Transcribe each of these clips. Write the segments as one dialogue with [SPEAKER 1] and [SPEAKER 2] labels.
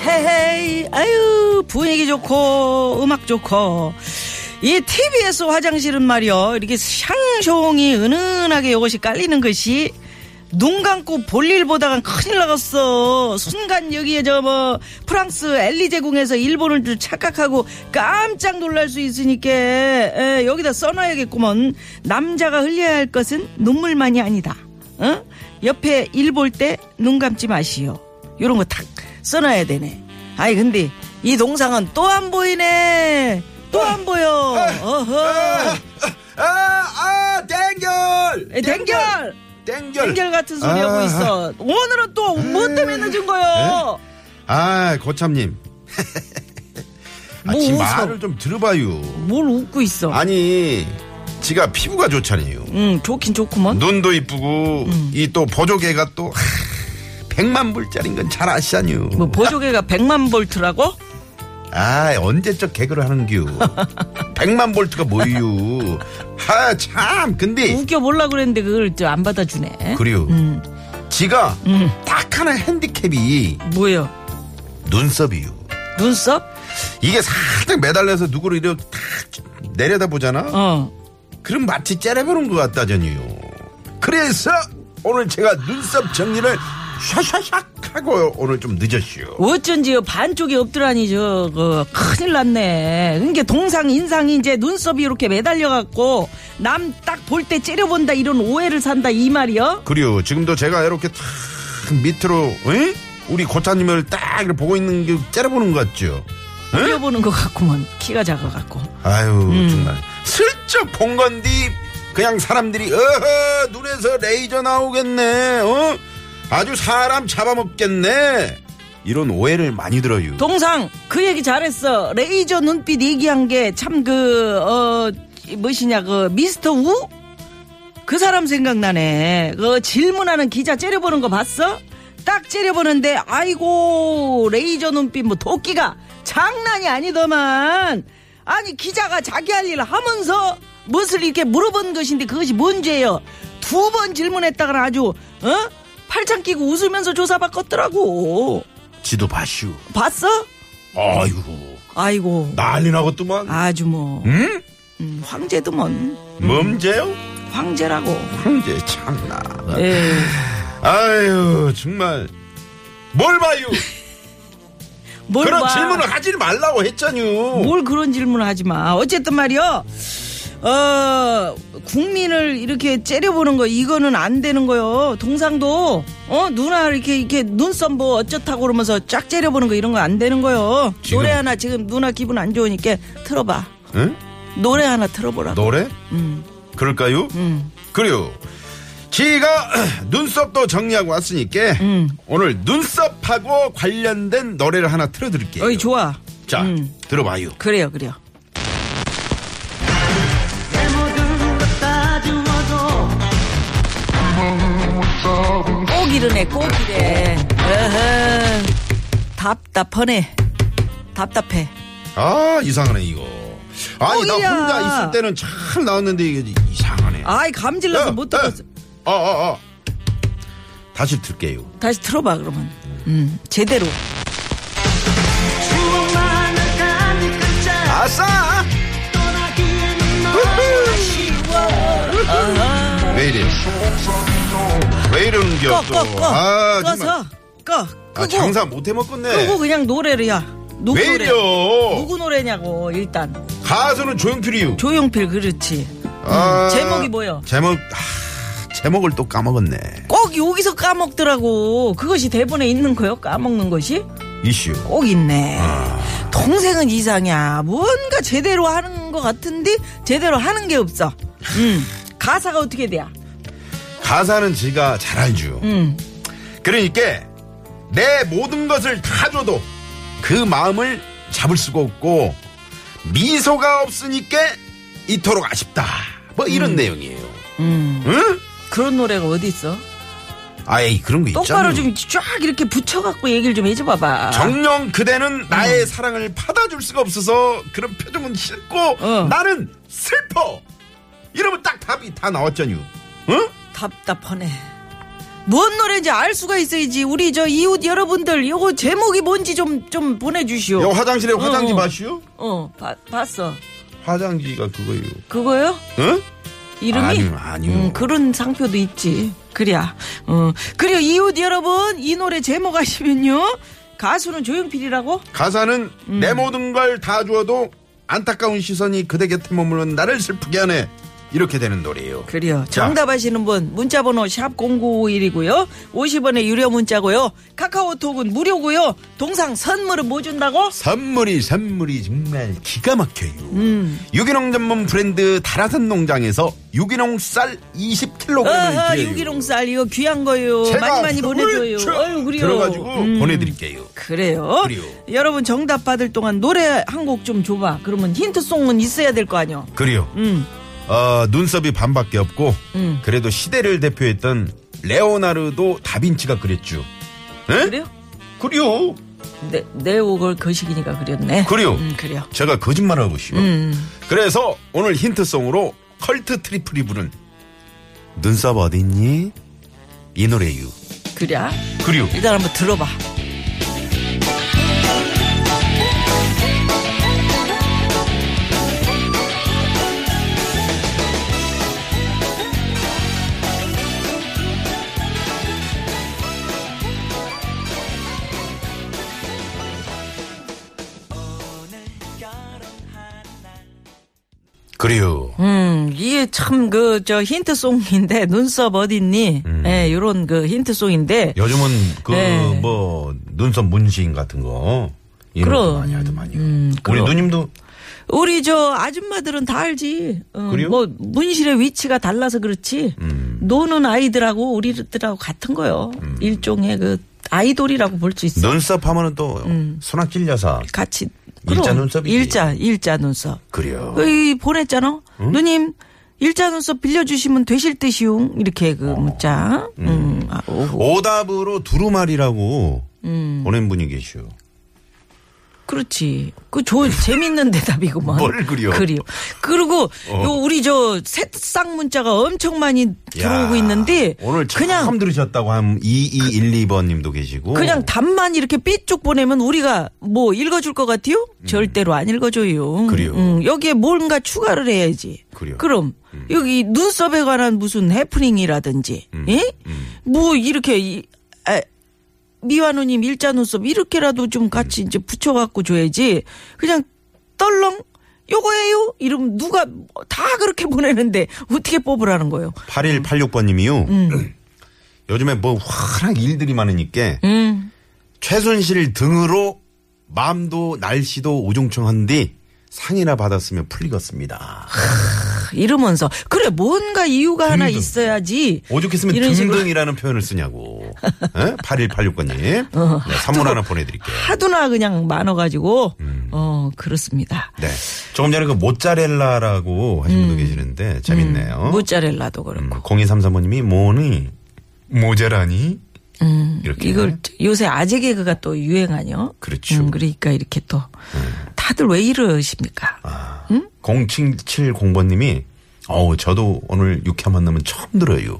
[SPEAKER 1] 헤이 아유 분위기 좋고 음악 좋고 이 TBS 화장실은 말이요 이렇게 샹숑이 은은하게 이것이 깔리는 것이 눈 감고 볼일 보다간 큰일 나갔어 순간 여기에 저 뭐 프랑스 엘리제궁에서 일본을 좀 착각하고 깜짝 놀랄 수 있으니까 에, 여기다 써놔야겠구먼 남자가 흘려야 할 것은 눈물만이 아니다 어? 옆에 일 볼 때 눈 감지 마시오 요런 거 탁 써놔야 되네. 아이 근데 이 동상은 또 안 보이네.
[SPEAKER 2] 어.
[SPEAKER 1] 또 안 보여. 어허.
[SPEAKER 2] 아, 아, 땡결!
[SPEAKER 1] 에, 예, 댕결.
[SPEAKER 2] 땡결!
[SPEAKER 1] 댕결 같은 소리 하고
[SPEAKER 2] 아,
[SPEAKER 1] 있어. 오늘은 또 뭐 때문에 늦은 거요?
[SPEAKER 2] 아, 고참님. 아,
[SPEAKER 1] 뭐
[SPEAKER 2] 지
[SPEAKER 1] 웃어?
[SPEAKER 2] 말을 좀 들어봐요.
[SPEAKER 1] 뭘 웃고 있어?
[SPEAKER 2] 아니, 지가 피부가 좋잖아요.
[SPEAKER 1] 음 좋긴 좋구먼.
[SPEAKER 2] 눈도 이쁘고,
[SPEAKER 1] 음.
[SPEAKER 2] 이 또 보조개가 또, 하, 백만 불짜린 건 잘 아시잖요.
[SPEAKER 1] 뭐 보조개가 100만 볼트라고?
[SPEAKER 2] 아, 언제적 개그를 하는겨. 백만 볼트가 뭐유. 아, 참, 근데,
[SPEAKER 1] 웃겨 보려고 그랬는데 그걸 저 안 받아주네.
[SPEAKER 2] 그래요.
[SPEAKER 1] 음.
[SPEAKER 2] 지가 딱 하나 핸디캡이
[SPEAKER 1] 뭐예요?
[SPEAKER 2] 눈썹이요.
[SPEAKER 1] 눈썹?
[SPEAKER 2] 이게 살짝 매달려서 누구를 이렇게 탁 내려다 보잖아.
[SPEAKER 1] 어.
[SPEAKER 2] 그럼 마치 째려보는 것 같다잖요. 그래서 오늘 제가 눈썹 정리를 샤샤샥 하고 오늘 좀 늦었슈.
[SPEAKER 1] 어쩐지요 반쪽이 없더라니 저그 큰일 났네. 그러니까 동상 인상이 이제 눈썹이 이렇게 매달려 갖고 남 딱 볼 때 째려본다 이런 오해를 산다 이 말이요.
[SPEAKER 2] 그래요. 지금도 제가 이렇게 탁 밑으로 에? 우리 고차님을 딱 이렇게 보고 있는 게 째려보는 것 같죠.
[SPEAKER 1] 째려보는 것 같구먼 키가 작아 갖고.
[SPEAKER 2] 아유 정말 슬쩍 본 건디 그냥 사람들이 어허 눈에서 레이저 나오겠네. 어? 아주 사람 잡아먹겠네. 이런 오해를 많이 들어요.
[SPEAKER 1] 동상 그 얘기 잘했어. 레이저 눈빛 얘기한 게 참 그 어 뭐시냐 그 미스터 우? 그 사람 생각나네. 그 질문하는 기자 째려보는 거 봤어? 딱 째려보는데 아이고 레이저 눈빛 뭐 도끼가 장난이 아니더만. 아니 기자가 자기 할 일 하면서 무엇을 이렇게 물어본 것인데 그것이 뭔 죄예요? 두 번 질문했다가 아주 어? 팔짱 끼고 웃으면서 조사받겠더라고.
[SPEAKER 2] 지도 봤슈.
[SPEAKER 1] 봤어?
[SPEAKER 2] 아이고
[SPEAKER 1] 아이고
[SPEAKER 2] 난리 나겠더만.
[SPEAKER 1] 아주 뭐
[SPEAKER 2] 응?
[SPEAKER 1] 음, 황제도 뭔
[SPEAKER 2] 음. 멈제요?
[SPEAKER 1] 황제라고 예.
[SPEAKER 2] 황제 참나.
[SPEAKER 1] 에이,
[SPEAKER 2] 아유 정말 뭘 봐요?
[SPEAKER 1] 뭘
[SPEAKER 2] 그런
[SPEAKER 1] 봐.
[SPEAKER 2] 질문을 하지 말라고 했잖요.
[SPEAKER 1] 뭘 그런 질문을 하지 마 어쨌든 말이요 어 국민을 이렇게 째려보는 거 이거는 안 되는 거요 동상도 어 누나 이렇게 이렇게 눈썹 뭐 어쩌다고 그러면서 쫙 째려보는 거 이런 거 안 되는 거요
[SPEAKER 2] 지금-
[SPEAKER 1] 노래 하나 지금 누나 기분 안 좋으니까 틀어봐
[SPEAKER 2] 응?
[SPEAKER 1] 노래 하나 틀어보라 고
[SPEAKER 2] 노래?
[SPEAKER 1] 음.
[SPEAKER 2] 그럴까요? 그래요. 지가 눈썹도 정리하고 왔으니까
[SPEAKER 1] 음.
[SPEAKER 2] 오늘 눈썹하고 관련된 노래를 하나 틀어드릴게요.
[SPEAKER 1] 어이 음. 좋아
[SPEAKER 2] 자, 들어봐요.
[SPEAKER 1] 그래요 그래요 꼭 이러네 꼭 이래 어허. 답답하네 답답해
[SPEAKER 2] 아 이상하네 이거. 아니 나
[SPEAKER 1] 오히려.
[SPEAKER 2] 혼자 있을 때는 잘 나왔는데 이게 이상하네.
[SPEAKER 1] 아이 감질나서
[SPEAKER 2] 야,
[SPEAKER 1] 못 들었어
[SPEAKER 2] 야. 아, 아, 아. 다시 들게요.
[SPEAKER 1] 다시 틀어봐 그러면 음 제대로
[SPEAKER 2] 아싸! 우후! 왜 이래? 왜 이러는겨 또?
[SPEAKER 1] 꺼꺼꺼
[SPEAKER 2] 아, 정말.
[SPEAKER 1] 꺼서 꺼
[SPEAKER 2] 아,
[SPEAKER 1] 끄고
[SPEAKER 2] 장사 못 해먹겠네.
[SPEAKER 1] 끄고 그냥 노래를 야 누구
[SPEAKER 2] 왜
[SPEAKER 1] 노래
[SPEAKER 2] 이래요?
[SPEAKER 1] 누구 노래냐고 일단
[SPEAKER 2] 가수는 조용필이요.
[SPEAKER 1] 조용필 그렇지
[SPEAKER 2] 아,
[SPEAKER 1] 음, 제목이 뭐요?
[SPEAKER 2] 제목 아, 제목을 또 까먹었네.
[SPEAKER 1] 꼭 여기서 까먹더라고. 그것이 대본에 있는 거요? 까먹는 것이?
[SPEAKER 2] 이슈.
[SPEAKER 1] 꼭 있네. 동생은 이상이야. 뭔가 제대로 하는 것 같은데 제대로 하는 게 없어. 음. 가사가 어떻게 돼야?
[SPEAKER 2] 가사는 지가 잘 알죠.
[SPEAKER 1] 음.
[SPEAKER 2] 그러니까 내 모든 것을 다 줘도 그 마음을 잡을 수가 없고 미소가 없으니까 이토록 아쉽다. 뭐 이런 내용이에요.
[SPEAKER 1] 음.
[SPEAKER 2] 응?
[SPEAKER 1] 그런 노래가 어디 있어?
[SPEAKER 2] 아이 그런 거
[SPEAKER 1] 똑바로
[SPEAKER 2] 있잖아.
[SPEAKER 1] 좀 쫙 이렇게 붙여갖고 얘기를 좀 해줘봐봐.
[SPEAKER 2] 정녕
[SPEAKER 1] 음.
[SPEAKER 2] 그대는 나의 사랑을 받아줄 수가 없어서 그런 표정은 싫고
[SPEAKER 1] 어.
[SPEAKER 2] 나는 슬퍼. 이러면 딱 답이 다 나왔잖유. 응?
[SPEAKER 1] 답답하네. 뭔 노래인지 알 수가 있어야지. 우리 저 이웃 여러분들 요거 제목이 뭔지 좀 좀 보내주시오.
[SPEAKER 2] 여 화장실에 화장지
[SPEAKER 1] 어.
[SPEAKER 2] 마시오.
[SPEAKER 1] 어, 봐- 봤어.
[SPEAKER 2] 화장지가 그거요.
[SPEAKER 1] 그거요?
[SPEAKER 2] 응?
[SPEAKER 1] 이름이?
[SPEAKER 2] 아니요, 아니요.
[SPEAKER 1] 음, 그런 상표도 있지. 그래야. 어. 그리고 이웃 여러분, 이 노래 제목 아시면요. 가수는 조용필이라고?
[SPEAKER 2] 가사는
[SPEAKER 1] 음.
[SPEAKER 2] 내 모든 걸 다 주어도 안타까운 시선이 그대 곁에 머무는 나를 슬프게 하네 이렇게 되는 노래예요.
[SPEAKER 1] 그래요.
[SPEAKER 2] 자.
[SPEAKER 1] 정답 아시는 분, 문자번호 샵0951이고요. 50원의 유료 문자고요. 카카오톡은 무료고요. 동상 선물은 뭐 준다고?
[SPEAKER 2] 선물이 선물이 정말 기가 막혀요.
[SPEAKER 1] 음.
[SPEAKER 2] 유기농 전문 브랜드 다라산 농장에서 유기농 쌀 20kg을
[SPEAKER 1] 어허,
[SPEAKER 2] 드려요.
[SPEAKER 1] 유기농 쌀 이거 귀한 거요. 많이 많이 보내줘요.
[SPEAKER 2] 훌쩍
[SPEAKER 1] 어유, 그래요.
[SPEAKER 2] 들어가지고
[SPEAKER 1] 음,
[SPEAKER 2] 보내드릴게요.
[SPEAKER 1] 그래요.
[SPEAKER 2] 그래요.
[SPEAKER 1] 여러분 정답 받을 동안 노래 한 곡 좀 줘봐. 그러면 힌트송은 있어야 될 거 아니요.
[SPEAKER 2] 그래요.
[SPEAKER 1] 음.
[SPEAKER 2] 어, 눈썹이 반밖에 없고 그래도 시대를 대표했던 레오나르도 다빈치가 그랬죠.
[SPEAKER 1] 그래요?
[SPEAKER 2] 그래요.
[SPEAKER 1] 네, 네오걸 거식이니까 그렸네.
[SPEAKER 2] 그래요.
[SPEAKER 1] 음, 그래요.
[SPEAKER 2] 제가 거짓말하고 싶어.
[SPEAKER 1] 음.
[SPEAKER 2] 그래서 오늘 힌트송으로 컬트 트리플이 부른 눈썹 어딨니? 이 노래유.
[SPEAKER 1] 그래.
[SPEAKER 2] 그리고
[SPEAKER 1] 일단 한번 들어봐.
[SPEAKER 2] 그리고
[SPEAKER 1] 음, 이게 참 그 저 힌트송인데 눈썹 어딨니?
[SPEAKER 2] 음.
[SPEAKER 1] 예, 요런 그 힌트송인데
[SPEAKER 2] 요즘은 그
[SPEAKER 1] 네.
[SPEAKER 2] 뭐 눈썹 문신 같은 거 이런
[SPEAKER 1] 그럼. 음,
[SPEAKER 2] 거 많이 하더만요. 우리
[SPEAKER 1] 그럼.
[SPEAKER 2] 누님도
[SPEAKER 1] 우리 저 아줌마들은 다 알지. 어,
[SPEAKER 2] 그래요? 음.
[SPEAKER 1] 뭐 문실의 위치가 달라서 그렇지. 노는 아이들하고 우리들하고 같은 거요. 일종의 그 아이돌이라고 볼 수 있어.
[SPEAKER 2] 눈썹 하면은 또
[SPEAKER 1] 음.
[SPEAKER 2] 손아찔 여사
[SPEAKER 1] 같이
[SPEAKER 2] 일자
[SPEAKER 1] 그럼.
[SPEAKER 2] 눈썹이지.
[SPEAKER 1] 일자 일자 눈썹.
[SPEAKER 2] 그래요.
[SPEAKER 1] 어, 이 보냈잖아. 누님 일자 눈썹 빌려주시면 되실 듯이요. 이렇게
[SPEAKER 2] 어.
[SPEAKER 1] 그 문자. 음. 아, 오고.
[SPEAKER 2] 오답으로 두루마리라고
[SPEAKER 1] 음.
[SPEAKER 2] 보낸 분이 계시오.
[SPEAKER 1] 그렇지. 그 좋은 재밌는 대답이구만.
[SPEAKER 2] 뭘 그려? 어.
[SPEAKER 1] 그리요. 그리고 요 우리 저 새싹 문자가 엄청 많이 들어오고
[SPEAKER 2] 야,
[SPEAKER 1] 있는데
[SPEAKER 2] 오늘 그냥
[SPEAKER 1] 그냥
[SPEAKER 2] 처음 들으셨다고 한 2212번님도 계시고
[SPEAKER 1] 그냥 답만 이렇게 삐쭉 보내면 우리가 뭐 읽어줄 것 같아요? 절대로 안 읽어줘요.
[SPEAKER 2] 음. 그래요.
[SPEAKER 1] 음, 여기에 뭔가 추가를 해야지.
[SPEAKER 2] 그래요. 음.
[SPEAKER 1] 럼 여기 눈썹에 관한 무슨 해프닝이라든지, 예?
[SPEAKER 2] 음.
[SPEAKER 1] 뭐 이렇게 이, 아, 미완우님 일자 눈썹 이렇게라도 좀 같이
[SPEAKER 2] 음.
[SPEAKER 1] 이제 붙여갖고 줘야지. 그냥 떨렁. 요거예요? 이러면 누가 다 그렇게 보내는데 어떻게 뽑으라는 거예요?
[SPEAKER 2] 8186번님이요.
[SPEAKER 1] 음.
[SPEAKER 2] 요즘에 뭐 화랑 일들이 많으니까
[SPEAKER 1] 음.
[SPEAKER 2] 최순실 등으로 마음도 날씨도 우중충한 뒤 상이나 받았으면 풀리겠습니다.
[SPEAKER 1] 이러면서 그래 뭔가 이유가 하나 있어야지.
[SPEAKER 2] 오죽했으면
[SPEAKER 1] 이런 식으로
[SPEAKER 2] 등등이라는 표현을 쓰냐고. 8186번님.
[SPEAKER 1] 어.
[SPEAKER 2] 네, 선물 하나 보내드릴게요.
[SPEAKER 1] 하도나 그냥 많아가지고 어 그렇습니다.
[SPEAKER 2] 음. 네. 조금 전에 그 모짜렐라라고 하신 분도 계시는데 재밌네요.
[SPEAKER 1] 음. 모짜렐라도 그렇고
[SPEAKER 2] 0233번님이 뭐니? 모자라니? 음. 이렇게.
[SPEAKER 1] 음. 이걸 요새 아재 개그가 또 유행 아니요?
[SPEAKER 2] 그렇죠. 음.
[SPEAKER 1] 음, 그러니까 이렇게 또 다들 왜 이러십니까?
[SPEAKER 2] 아. 0770번님이 어우 저도 오늘 유쾌한 만남은 처음 들어요.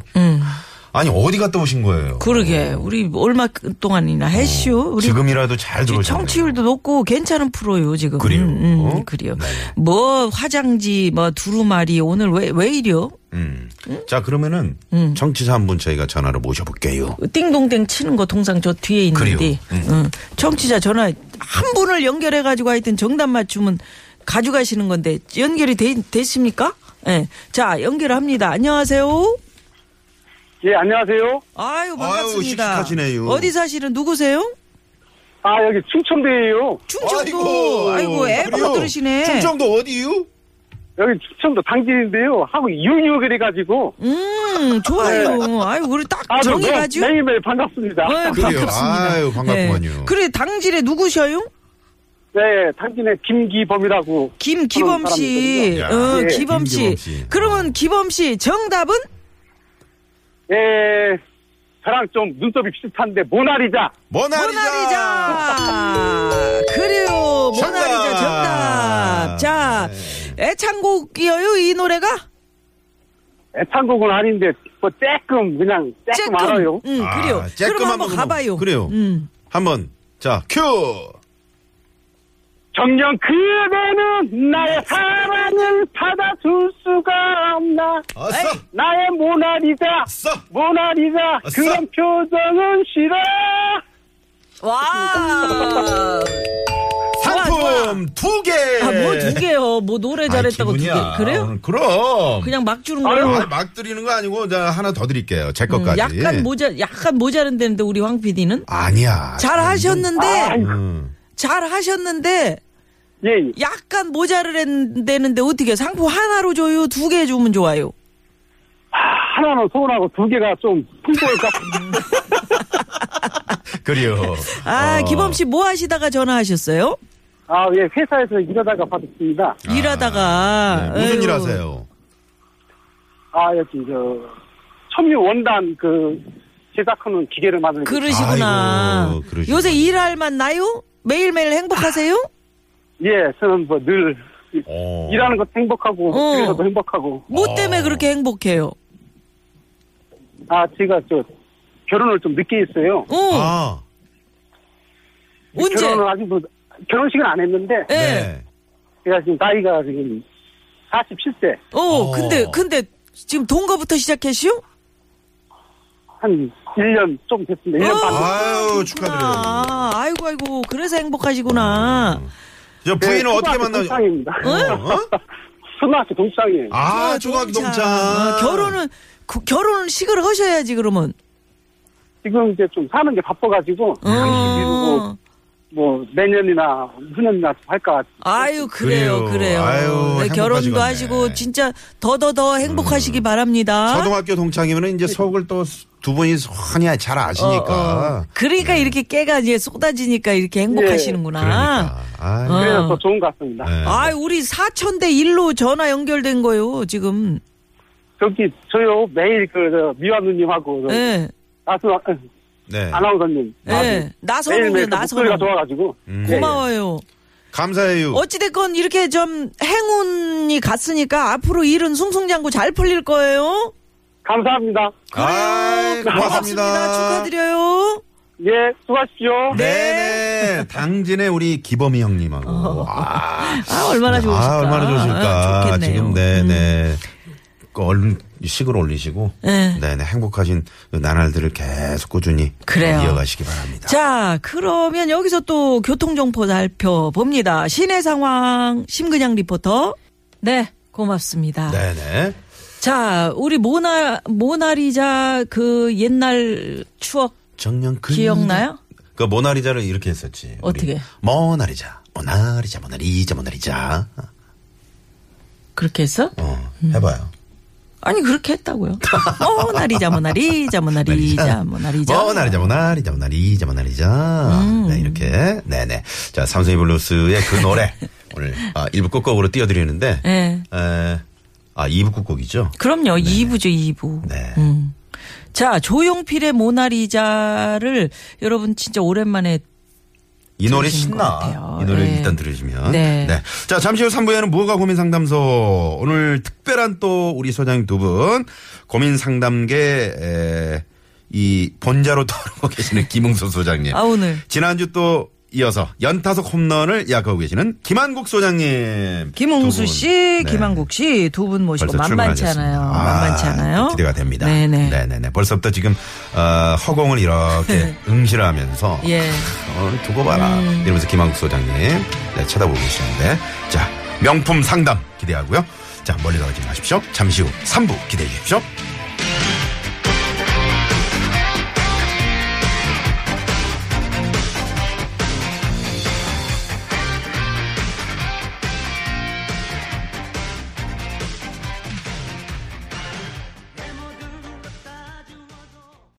[SPEAKER 2] 아니 어디 갔다 오신 거예요?
[SPEAKER 1] 그러게 우리 얼마 동안이나 했슈? 우리
[SPEAKER 2] 어. 지금이라도 잘 들어오셨네요.
[SPEAKER 1] 청취율도 높고 괜찮은 프로요 지금.
[SPEAKER 2] 그래요?
[SPEAKER 1] 음, 음,
[SPEAKER 2] 어?
[SPEAKER 1] 그래요. 뭐 화장지 뭐 두루마리 오늘 왜 왜 이려?
[SPEAKER 2] 음. 자 그러면은 청취자 한 분 저희가 전화로 모셔볼게요.
[SPEAKER 1] 띵동댕 치는 거 동상 저 뒤에 있는데
[SPEAKER 2] 그래요. 네.
[SPEAKER 1] 응. 청취자 전화 한 분을 연결해 가지고 하여튼 정답 맞추면 가져가시는 건데 연결이 되, 됐습니까? 예. 자, 연결합니다. 안녕하세요.
[SPEAKER 3] 예, 안녕하세요.
[SPEAKER 1] 아유, 반갑습니다.
[SPEAKER 2] 씩씩하시네요.
[SPEAKER 1] 어디 사실은 누구세요?
[SPEAKER 3] 아, 여기 충청도예요.
[SPEAKER 1] 충청도. 아이고,
[SPEAKER 2] 그래요?
[SPEAKER 1] 애바로 들으시네.
[SPEAKER 2] 충청도 어디요?
[SPEAKER 3] 여기 충청도 당진인데요. 하고 이웃이요 그래가지고.
[SPEAKER 1] 음, 좋아요. 아유, 우리 딱
[SPEAKER 3] 아, 그럼
[SPEAKER 1] 정해가지고.
[SPEAKER 3] 매- 매일매일 반갑습니다.
[SPEAKER 1] 아유,
[SPEAKER 2] 네. 그래요.
[SPEAKER 1] 반갑습니다.
[SPEAKER 2] 아유, 반갑구만요.
[SPEAKER 1] 예. 그래, 당질에 누구셔요?
[SPEAKER 3] 네, 당진의 김기범이라고.
[SPEAKER 1] 김기범 씨.
[SPEAKER 2] 사람이거든요.
[SPEAKER 1] 어,
[SPEAKER 3] 예.
[SPEAKER 1] 기범 씨.
[SPEAKER 2] 김기범 씨. 어.
[SPEAKER 1] 그러면 기범 씨 정답은?
[SPEAKER 3] 예, 저랑 좀 눈썹이 비슷한데, 모나리자.
[SPEAKER 2] 모나리자.
[SPEAKER 1] 모나리자. 그래요. 모나리자
[SPEAKER 2] 정답. 네.
[SPEAKER 1] 정답. 자, 애창곡이에요, 이 노래가?
[SPEAKER 3] 애창곡은 아닌데, 뭐, 쬐끔, 그냥, 쬐끔 알아요.
[SPEAKER 1] 음,
[SPEAKER 2] 아,
[SPEAKER 1] 그래요.
[SPEAKER 2] 쬐끔
[SPEAKER 1] 그럼
[SPEAKER 2] 한번
[SPEAKER 1] 한번 가봐요.
[SPEAKER 2] 그래요.
[SPEAKER 1] 음.
[SPEAKER 2] 한번 자 큐.
[SPEAKER 3] 정녕 그대는 나의 사랑을 받아줄 수가 없나.
[SPEAKER 2] 아싸.
[SPEAKER 3] 나의 모나리자.
[SPEAKER 2] 아싸.
[SPEAKER 3] 모나리자.
[SPEAKER 2] 아싸.
[SPEAKER 3] 그런 표정은 싫어.
[SPEAKER 1] 와.
[SPEAKER 2] 상품 두 개.
[SPEAKER 1] 아, 뭐 두 개요. 뭐 노래 잘했다고 두 개.
[SPEAKER 2] 아,
[SPEAKER 1] 그래요?
[SPEAKER 2] 그럼.
[SPEAKER 1] 그냥 막 주는 거예요?
[SPEAKER 2] 아니, 막 드리는 거 아니고 자 하나 더 드릴게요. 제
[SPEAKER 1] 음,
[SPEAKER 2] 것까지.
[SPEAKER 1] 약간 모자 약간 모자른데는데 우리 황 PD는
[SPEAKER 2] 아니야.
[SPEAKER 1] 잘 하셨는데
[SPEAKER 3] 아이,
[SPEAKER 2] 음.
[SPEAKER 1] 잘 하셨는데
[SPEAKER 3] 예, 예.
[SPEAKER 1] 약간 모자르는데는데 어떻게 상품 하나로 줘요? 두 개 주면 좋아요.
[SPEAKER 3] 하나는 서운하고 두 개가 좀 풍부할 것 같은데.
[SPEAKER 2] 그래요.
[SPEAKER 1] 아
[SPEAKER 2] 어.
[SPEAKER 1] 기범 씨 뭐 하시다가 전화하셨어요?
[SPEAKER 3] 아, 예, 회사에서 일하다가 받았습니다.
[SPEAKER 1] 일하다가
[SPEAKER 2] 아, 네, 무슨
[SPEAKER 1] 에휴.
[SPEAKER 2] 일 하세요?
[SPEAKER 3] 아, 여기, 저, 천유 원단 그, 제작하는 기계를 만드는. 그...
[SPEAKER 1] 그러시구나.
[SPEAKER 2] 아이고, 그러시구나. 아.
[SPEAKER 1] 요새 일할 만 나요? 매일매일 행복하세요?
[SPEAKER 3] 예, 저는 뭐 늘, 이-
[SPEAKER 2] 어.
[SPEAKER 3] 일하는 것도 행복하고,
[SPEAKER 1] 어.
[SPEAKER 3] 집에서도 행복하고.
[SPEAKER 1] 뭐 때문에 그렇게 행복해요?
[SPEAKER 3] 아, 제가 저, 결혼을 좀 늦게 했어요.
[SPEAKER 1] 어,
[SPEAKER 2] 아.
[SPEAKER 1] 언제?
[SPEAKER 3] 결혼은 아직도, 뭐 결혼식은 안 했는데,
[SPEAKER 1] 예.
[SPEAKER 2] 네.
[SPEAKER 3] 제가 지금 나이가 지금 47세,
[SPEAKER 1] 어, 근데 근데 지금 동거부터 시작했슈?
[SPEAKER 3] 한 1년 좀 됐습니다. 1년 반.
[SPEAKER 2] 예, 아유 축하드려요.
[SPEAKER 1] 어, 아, 아이고 아이고 그래서 행복하시구나.
[SPEAKER 2] 저 부인은 어떻게 만나요?
[SPEAKER 3] 네, 동창입니다.
[SPEAKER 1] 어?
[SPEAKER 3] 초등학교 동창이에요.
[SPEAKER 2] 아 초등학교 동창.
[SPEAKER 1] 아, 결혼은 그, 결혼은 식을 하셔야지 그러면.
[SPEAKER 3] 지금 이제 좀 사는 게 바빠가지고
[SPEAKER 1] 음.
[SPEAKER 3] 당신 미루고
[SPEAKER 1] 어.
[SPEAKER 3] 뭐 내년이나 후년이나 좀 할까
[SPEAKER 1] 아유 그래요
[SPEAKER 2] 그래요.
[SPEAKER 1] 그래요.
[SPEAKER 2] 아유,
[SPEAKER 1] 네, 결혼도
[SPEAKER 2] 행복하시겠네. 음.
[SPEAKER 1] 하시고 진짜 더더더 행복하시기 바랍니다.
[SPEAKER 2] 초등학교 동창이면
[SPEAKER 1] 네.
[SPEAKER 2] 이제 속을 또 두 분이 훤히 잘 아시니까.
[SPEAKER 1] 그러니까 이렇게 깨가 이제 쏟아지니까 이렇게 행복하시는구나.
[SPEAKER 2] 네. 그러니까. 아유.
[SPEAKER 1] 어.
[SPEAKER 3] 그래서 더 좋은 것 같습니다.
[SPEAKER 2] 네.
[SPEAKER 1] 아, 우리 4천대 1로 전화 연결된 거요, 지금.
[SPEAKER 3] 저기 저요 매일 그 저, 미화 누님하고 저,
[SPEAKER 1] 예.
[SPEAKER 3] 나순 아,
[SPEAKER 2] 네.
[SPEAKER 3] 아나운서님
[SPEAKER 1] 예. 나선홍이요,
[SPEAKER 3] 매일매일 그 목소리가
[SPEAKER 1] 나선홍.
[SPEAKER 3] 좋아가지고 예, 예.
[SPEAKER 1] 고마워요.
[SPEAKER 2] 네. 감사해요.
[SPEAKER 1] 어찌됐건 이렇게 좀 행운이 갔으니까 앞으로 일은 숭숭장구 잘 풀릴 거예요.
[SPEAKER 3] 감사합니다.
[SPEAKER 2] 아이,
[SPEAKER 1] 고맙습니다. 축하드려요.
[SPEAKER 3] 예 수고하십시오.
[SPEAKER 1] 네.
[SPEAKER 2] 네네. 당진의 우리 기범이 형님하고.
[SPEAKER 1] 어.
[SPEAKER 2] 아,
[SPEAKER 1] 아, 얼마나 좋으실까.
[SPEAKER 2] 아, 얼마나 좋으실까.
[SPEAKER 1] 아, 좋겠네요.
[SPEAKER 2] 지금, 네네. 그 얼른 식을 올리시고.
[SPEAKER 1] 네.
[SPEAKER 2] 네네. 행복하신 그 나날들을 계속 꾸준히.
[SPEAKER 1] 그래요.
[SPEAKER 2] 이어가시기 바랍니다.
[SPEAKER 1] 자, 그러면 여기서 또 교통정보 살펴봅니다. 시내 상황, 심근양 리포터. 네, 고맙습니다.
[SPEAKER 2] 네네.
[SPEAKER 1] 자, 우리 모나, 모나리자 그 옛날 추억
[SPEAKER 2] 정년 그.
[SPEAKER 1] 기억나요?
[SPEAKER 2] 그 모나리자를 이렇게 했었지. 우리.
[SPEAKER 1] 어떻게?
[SPEAKER 2] 모나리자. 모나리자, 모나리자, 모나리자.
[SPEAKER 1] 그렇게 했어?
[SPEAKER 2] 어,
[SPEAKER 1] 음.
[SPEAKER 2] 해봐요.
[SPEAKER 1] 아니, 그렇게 했다고요. 모나리자, 모나리자, 모나리자, 모나리자. 음.
[SPEAKER 2] 모나리자, 모나리자, 모나리자, 모나리자. 네, 이렇게. 네네. 자, 삼성이 블루스의 그 노래. 오늘 아, 1부 끝곡으로 띄워드리는데.
[SPEAKER 1] 예.
[SPEAKER 2] 에, 아, 2부 끝곡이죠?
[SPEAKER 1] 그럼요. 2부죠, 2부.
[SPEAKER 2] 네.
[SPEAKER 1] 음. 자, 조용필의 모나리자를 여러분 진짜 오랜만에
[SPEAKER 2] 이 노래
[SPEAKER 1] 들으시는 것
[SPEAKER 2] 신나.
[SPEAKER 1] 같아요.
[SPEAKER 2] 이 노래
[SPEAKER 1] 네.
[SPEAKER 2] 일단 들으시면.
[SPEAKER 1] 네.
[SPEAKER 2] 자, 잠시 후 3부에는 무허가 고민 상담소. 오늘 특별한 또 우리 소장님 두 분. 고민 상담계, 에, 이 본자로 떠오르고 계시는 김웅수 소장님.
[SPEAKER 1] 아, 오늘.
[SPEAKER 2] 지난주 또 이어서 연타석 홈런을 예약하고 계시는 김한국 소장님. 두
[SPEAKER 1] 김홍수
[SPEAKER 2] 분.
[SPEAKER 1] 씨,
[SPEAKER 2] 네.
[SPEAKER 1] 김한국 씨 두 분 모시고
[SPEAKER 2] 벌써
[SPEAKER 1] 만만치 않아요.
[SPEAKER 2] 출근하셨습니다. 아,
[SPEAKER 1] 만만치 않아요.
[SPEAKER 2] 기대가 됩니다.
[SPEAKER 1] 네네.
[SPEAKER 2] 네네네. 벌써부터 지금 어, 허공을 이렇게 응시하면서 를
[SPEAKER 1] 네. 예.
[SPEAKER 2] 어, 두고 봐라 이러면서 김한국 소장님 네, 쳐다보고 계시는데 자 명품 상담 기대하고요. 자, 멀리 나가지 마십시오. 잠시 후 3부 기대해 주십시오.